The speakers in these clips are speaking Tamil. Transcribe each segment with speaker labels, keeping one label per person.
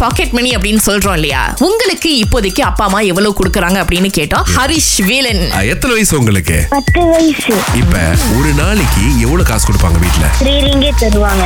Speaker 1: பாக்கெட் மணி அப்படின்னு சொல்றோம் இல்லையா உங்களுக்கு இப்போதைக்கு அப்பா அம்மா எவ்வளவு கொடுக்கறாங்க அப்படின்னு கேட்டோம் ஹரிஷ் வேலன்
Speaker 2: ஆ, எத்தனை வயசு உங்களுக்கு
Speaker 3: பத்து வயசு
Speaker 2: இப்ப ஒரு நாளைக்கு எவ்வளவு காசு கொடுப்பாங்க வீட்டுல
Speaker 3: த்ரீ ரிங்கெட் தருவாங்க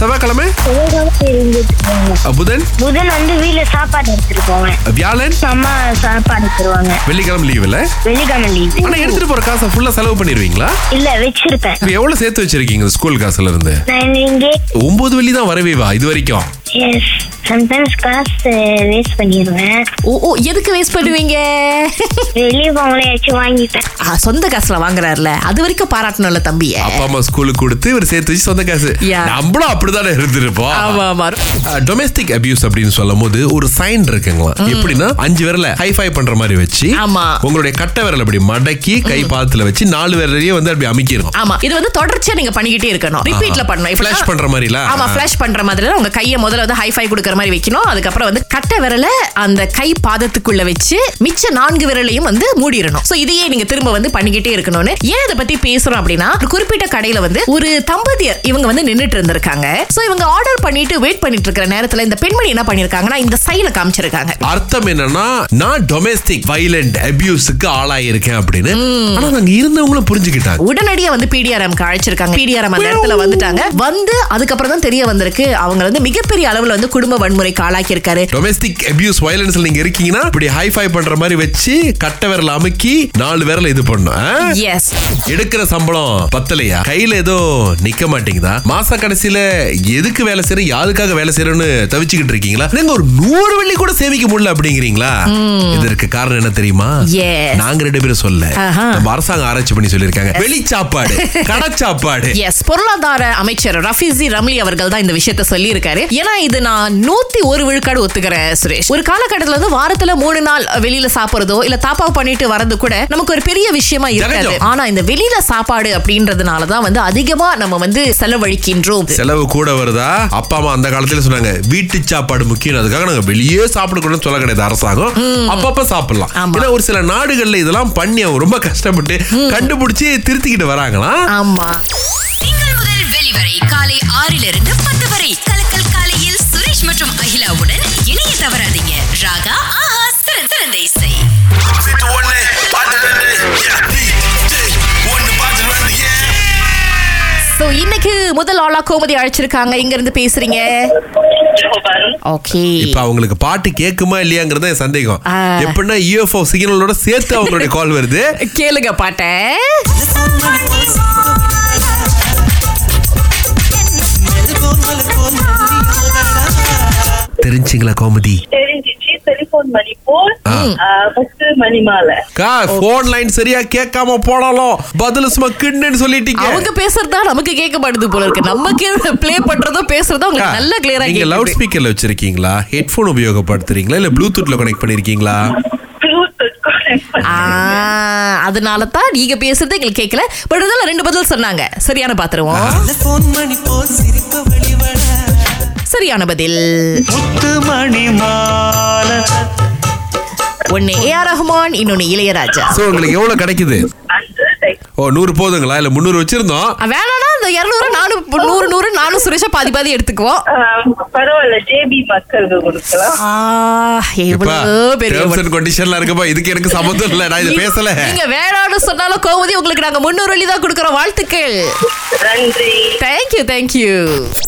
Speaker 2: செவ்வாய்க்கிழமை
Speaker 3: ஒவ்வொரு த்ரீ ரிங்கெட் தருவாங்க
Speaker 2: ஆ, புதன்
Speaker 3: புதன் வந்து வீட்ல சாப்பாடு எடுத்துட்டு போவேன்
Speaker 2: வியாழன்
Speaker 3: அம்மா சாப்பாடு தருவாங்க
Speaker 2: வெள்ளிக்கிழமை லீவ்ல
Speaker 3: வெள்ளிக்கிழமை லீவு
Speaker 2: ஆனா எடுத்துட்டு போற காசை ஃபுல்லா செலவு பண்ணிடுவீங்களா
Speaker 3: இல்ல வச்சிருப்பேன்
Speaker 2: இப்ப எவ்வளவு சேர்த்து வச்சிருக்கீங்க ஸ்கூல் காசுல இருந்து
Speaker 3: நான் இங்கே
Speaker 2: ஒன்பது வெள்ளி தான் வரவேவா இது வரைக்கும்
Speaker 3: எஸ் சம்டைம்ஸ் காசு வேஸ்ட் பண்ணிடுவேன்
Speaker 1: ஓ ஓ எதுக்கு வேஸ்ட் பண்ணுவீங்க
Speaker 3: வெளியே போகல ஏதாச்சும் வாங்கிப்பேன்
Speaker 1: ஆ, சொந்த காசுல வாங்குறாருல அது வரைக்கும் பாராட்டணும்ல தம்பிய
Speaker 2: அப்பா அம்மா ஸ்கூலுக்கு கொடுத்து இவர் சேர்த்து வச்சு சொந்த காசு
Speaker 1: Yeah.
Speaker 2: நம்மளும் அப்படிதானே இருந்திருப்போம்
Speaker 1: ஆமா ஆமா
Speaker 2: டொமஸ்டிக் அபியூஸ் அப்படின்னு சொல்லும் போது ஒரு சைன் இருக்குங்களா எப்படின்னா அஞ்சு விரல ஹைஃபை பண்ற மாதிரி வச்சு
Speaker 1: ஆமா.
Speaker 2: உங்களுடைய கட்டை விரல் அப்படி மடக்கி கை பாதத்துல வச்சு நாலு விரலையே வந்து அப்படி அமைக்கிறோம்
Speaker 1: ஆமா இது வந்து தொடர்ச்சியா நீங்க பண்ணிக்கிட்டே இருக்கணும் ரிப்பீட்ல
Speaker 2: ஆஹா.
Speaker 1: பண்ணணும் இப்படின்னா-
Speaker 2: Flash பண்ற மாதிரில?
Speaker 1: ஆமா
Speaker 2: ஆ.
Speaker 1: ஃபிளாஷ் பண்ற மாதிரி உங்க கையை முதல்ல வந்து ஹைஃபை கொடுக்கற மாதிரி வைக்கணும் அதுக்கப்புறம் வந்து கட்டை விரலை அந்த கை பாதத்துக்குள்ள வச்சு மிச்ச நான்கு விரலையும் வந்து மூடிடணும் சோ இதையே நீங்க திரும்ப வந்து பண்ணிக்கிட்டே இருக்கணும்னு ஏன் இதை பத்தி பேசுறோம் அப்படின்னா ஒரு குறிப்பிட்ட கடையில வந்து ஒரு தம்பதியர் இவங்க வந்து நின்னுட்டு இருந்திருக்காங்க சோ இவங்க ஆர்டர் பண்ணிட்டு வெயிட் பண்ணிட்டு இருக்கிற நேரத்துல இந்த பெண்மணி என்ன பண்ணிருக்காங்கன்னா இந்த சைனை காமிச்சிருக்காங்க
Speaker 2: அர்த்தம் என்னன்னா நான் டொமஸ்டிக் வைலண்ட் அபியூஸுக்கு ஆளாயிருக்கேன் அப்படின்னு ஆனா நாங்க இருந்தவங்களும் புரிஞ்சுக்கிட்டாங்க
Speaker 1: உடனடியா வந்து பிடிஆர்எம்க்கு அழைச்சிருக்காங்க பிடிஆர்எம் அந்த இடத்துல வந்துட்டாங்க வந்து அதுக்கப்புறம் தான் தெரிய வந்திருக்கு அவங்க வந்து மிகப்பெரிய அளவுல வந்து குடும்ப வன்முறைக்கு ஆளாக்கியிருக்காரு
Speaker 2: டொமஸ்டிக் அபியூஸ் வயலன்ஸ்ல நீங்க இருக்கீங்கன்னா இப்படி ஹைஃபை பண்ற மாதிரி வச்சு கட்டை விரல அமுக்கி நாலு விரல இது பண்ணும் ஆ?
Speaker 1: எஸ்
Speaker 2: எடுக்கிற சம்பளம் பத்தலையா கையில ஏதோ நிக்க மாட்டேங்குதா மாச கடைசியில எதுக்கு வேலை செய்யறோம் யாருக்காக வேலை செய்யறோம்னு தவிச்சுக்கிட்டு இருக்கீங்களா நீங்க ஒரு நூறு வெள்ளி கூட சேமிக்க முடியல அப்படிங்கிறீங்களா இதற்கு காரணம் என்ன தெரியுமா
Speaker 1: Yes.
Speaker 2: நாங்க ரெண்டு பேரும் சொல்ல
Speaker 1: ஆஹா.
Speaker 2: நம்ம அரசாங்கம் ஆராய்ச்சி பண்ணி சொல்லியிருக்காங்க வெளி சாப்பாடு கடை சாப்பாடு
Speaker 1: எஸ் பொருளாதார அமைச்சர் ரஃபிசி ரம்லி அவர்கள் தான் இந்த விஷயத்த சொல்லியிருக்காரு ஏன்னா இது நான் நூத்தி ஒரு விழுக்காடு ஒத்துக்கிறேன் சுரேஷ் ஒரு காலகட்டத்துல வந்து வாரத்துல மூணு நாள் வெளியில சாப்பிடுறதோ இல்ல தாப்பாவ் பண்ணிட்டு வரது கூட நமக்கு ஒரு பெரிய விஷயமா இருக்காது
Speaker 2: ஜகஜம்.
Speaker 1: ஆனா இந்த வெளியில சாப்பாடு அப்படின்றதுனால தான் வந்து அதிகமா நம்ம வந்து செலவழிக்கின்றோம்
Speaker 2: செலவு கூட வருதா அப்பா அம்மா அந்த காலத்துல சொன்னாங்க வீட்டு சாப்பாடு முக்கியம் அதுக்காக நாங்க வெளியே சாப்பிடக்கூடாதுன்னு சொல்ல கிடையாது அரசாங்கம் அப்பப்ப சாப்பிடலாம்
Speaker 1: ஆமா.
Speaker 2: ஏன்னா ஒரு சில நாடுகள்ல இதெல்லாம் பண்ணி அவங்க ரொம்ப கஷ்டப்பட்டு கண்டுபிடிச்சு திருத்திக்கிட்டு வராங்களாம்
Speaker 1: ஆமா
Speaker 4: திங்கள் முதல் வெளிவரை காலை ஆறிலிருந்து பத்து வரை கலக்கல் காலையில் சுரேஷ் மற்றும் அகிலாவுடன் இணைய தவறாதீங்க ராகா ஆஹா சிறந்த சிறந்த இசை
Speaker 5: Sit one day, bottle in it. Yeah, DJ, one the bottle in it, yeah.
Speaker 1: So இன்னைக்கு முதல் ஆளா கோமதி அழைச்சிருக்காங்க இங்க இருந்து பேசுறீங்க ஓகே
Speaker 2: இப்ப அவங்களுக்கு பாட்டு கேக்குமா இல்லையாங்கிறது என் சந்தேகம்
Speaker 1: ஆ.
Speaker 2: எப்படின்னா E யூஎஃப்ஓ சிக்னலோட சேர்த்து அவங்களுடைய கால் வருது
Speaker 1: கேளுங்க பாட்டை
Speaker 2: தெரிஞ்சுங்களா கோமதி
Speaker 6: தெரிஞ்சிச்சு டெலிபோன் மணி போல்
Speaker 2: ஆ.
Speaker 6: ஃபர்ஸ்ட் மணி மாலை
Speaker 2: கா போன் லைன் சரியா கேட்காம போனாலும் பதில் சும்மா கிண்டுன்னு
Speaker 1: அவங்க
Speaker 2: சொல்லிட்டீங்க
Speaker 1: பேசுறதா நமக்கு கேட்க மாட்டுது போல இருக்கு நம்ம கேள்வி ப்ளே பண்றதோ பேசுறதோ
Speaker 2: அக்கா,
Speaker 1: உங்களுக்கு நல்லா கிளியரா
Speaker 2: நீங்க லவுட்
Speaker 1: கேக்குது
Speaker 2: ஸ்பீக்கர்ல வச்சிருக்கீங்களா ஹெட்போன் உபயோகப்படுத்துறீங்களா இல்ல ப்ளூடூத்ல கனெக்ட் பண்ணிருக்கீங்களா
Speaker 6: ப்ளூடூத் connect பண்ணி.
Speaker 1: ஆ, அதனாலதான் நீங்க பேசுறது எங்களுக்கு கேட்கல பட் இருந்தாலும் ரெண்டு பதில் சொன்னாங்க சரியான பாத்துருவோம்
Speaker 7: போன் மணி போல் சிரிப்பு வெளிவள
Speaker 1: சரியான பதில்
Speaker 7: முத்து மணி மால
Speaker 1: ஒன்னு ஏ ஆர் ரஹ்மான் இன்னொன்னு இளையராஜா
Speaker 2: சோ உங்களுக்கு எவ்வளவு கிடைக்குது
Speaker 6: அந்த like,
Speaker 2: ஓ நூறு போதுங்களா இல்ல முந்நூறு வச்சிருந்தோம்
Speaker 1: ஆ, வேணாம்னா அந்த இருநூறு நானும் நூறு நூறு நானும் சுரேஷா பாதி பாதி எடுத்துக்குவோம்
Speaker 6: ஆ, பரவாயில்ல ஜேபி மக்களுக்கு கொடுக்கலாம்
Speaker 1: ஆ, எவ்வளவு பெரிய
Speaker 2: terms and conditionலாம் இருக்குப்பா இதுக்கு எனக்கு சம்மந்தம் இல்ல நான் இது
Speaker 1: நீங்க-
Speaker 2: பேசல
Speaker 1: நீங்க வேணாம்னு சொன்னாலும் கோமதி உங்களுக்கு நாங்க முன்னூறு வழி தான் கொடுக்கறோம் வாழ்த்துக்கள்
Speaker 6: நன்றி
Speaker 1: தேங்க்யூ தேங்க்யூ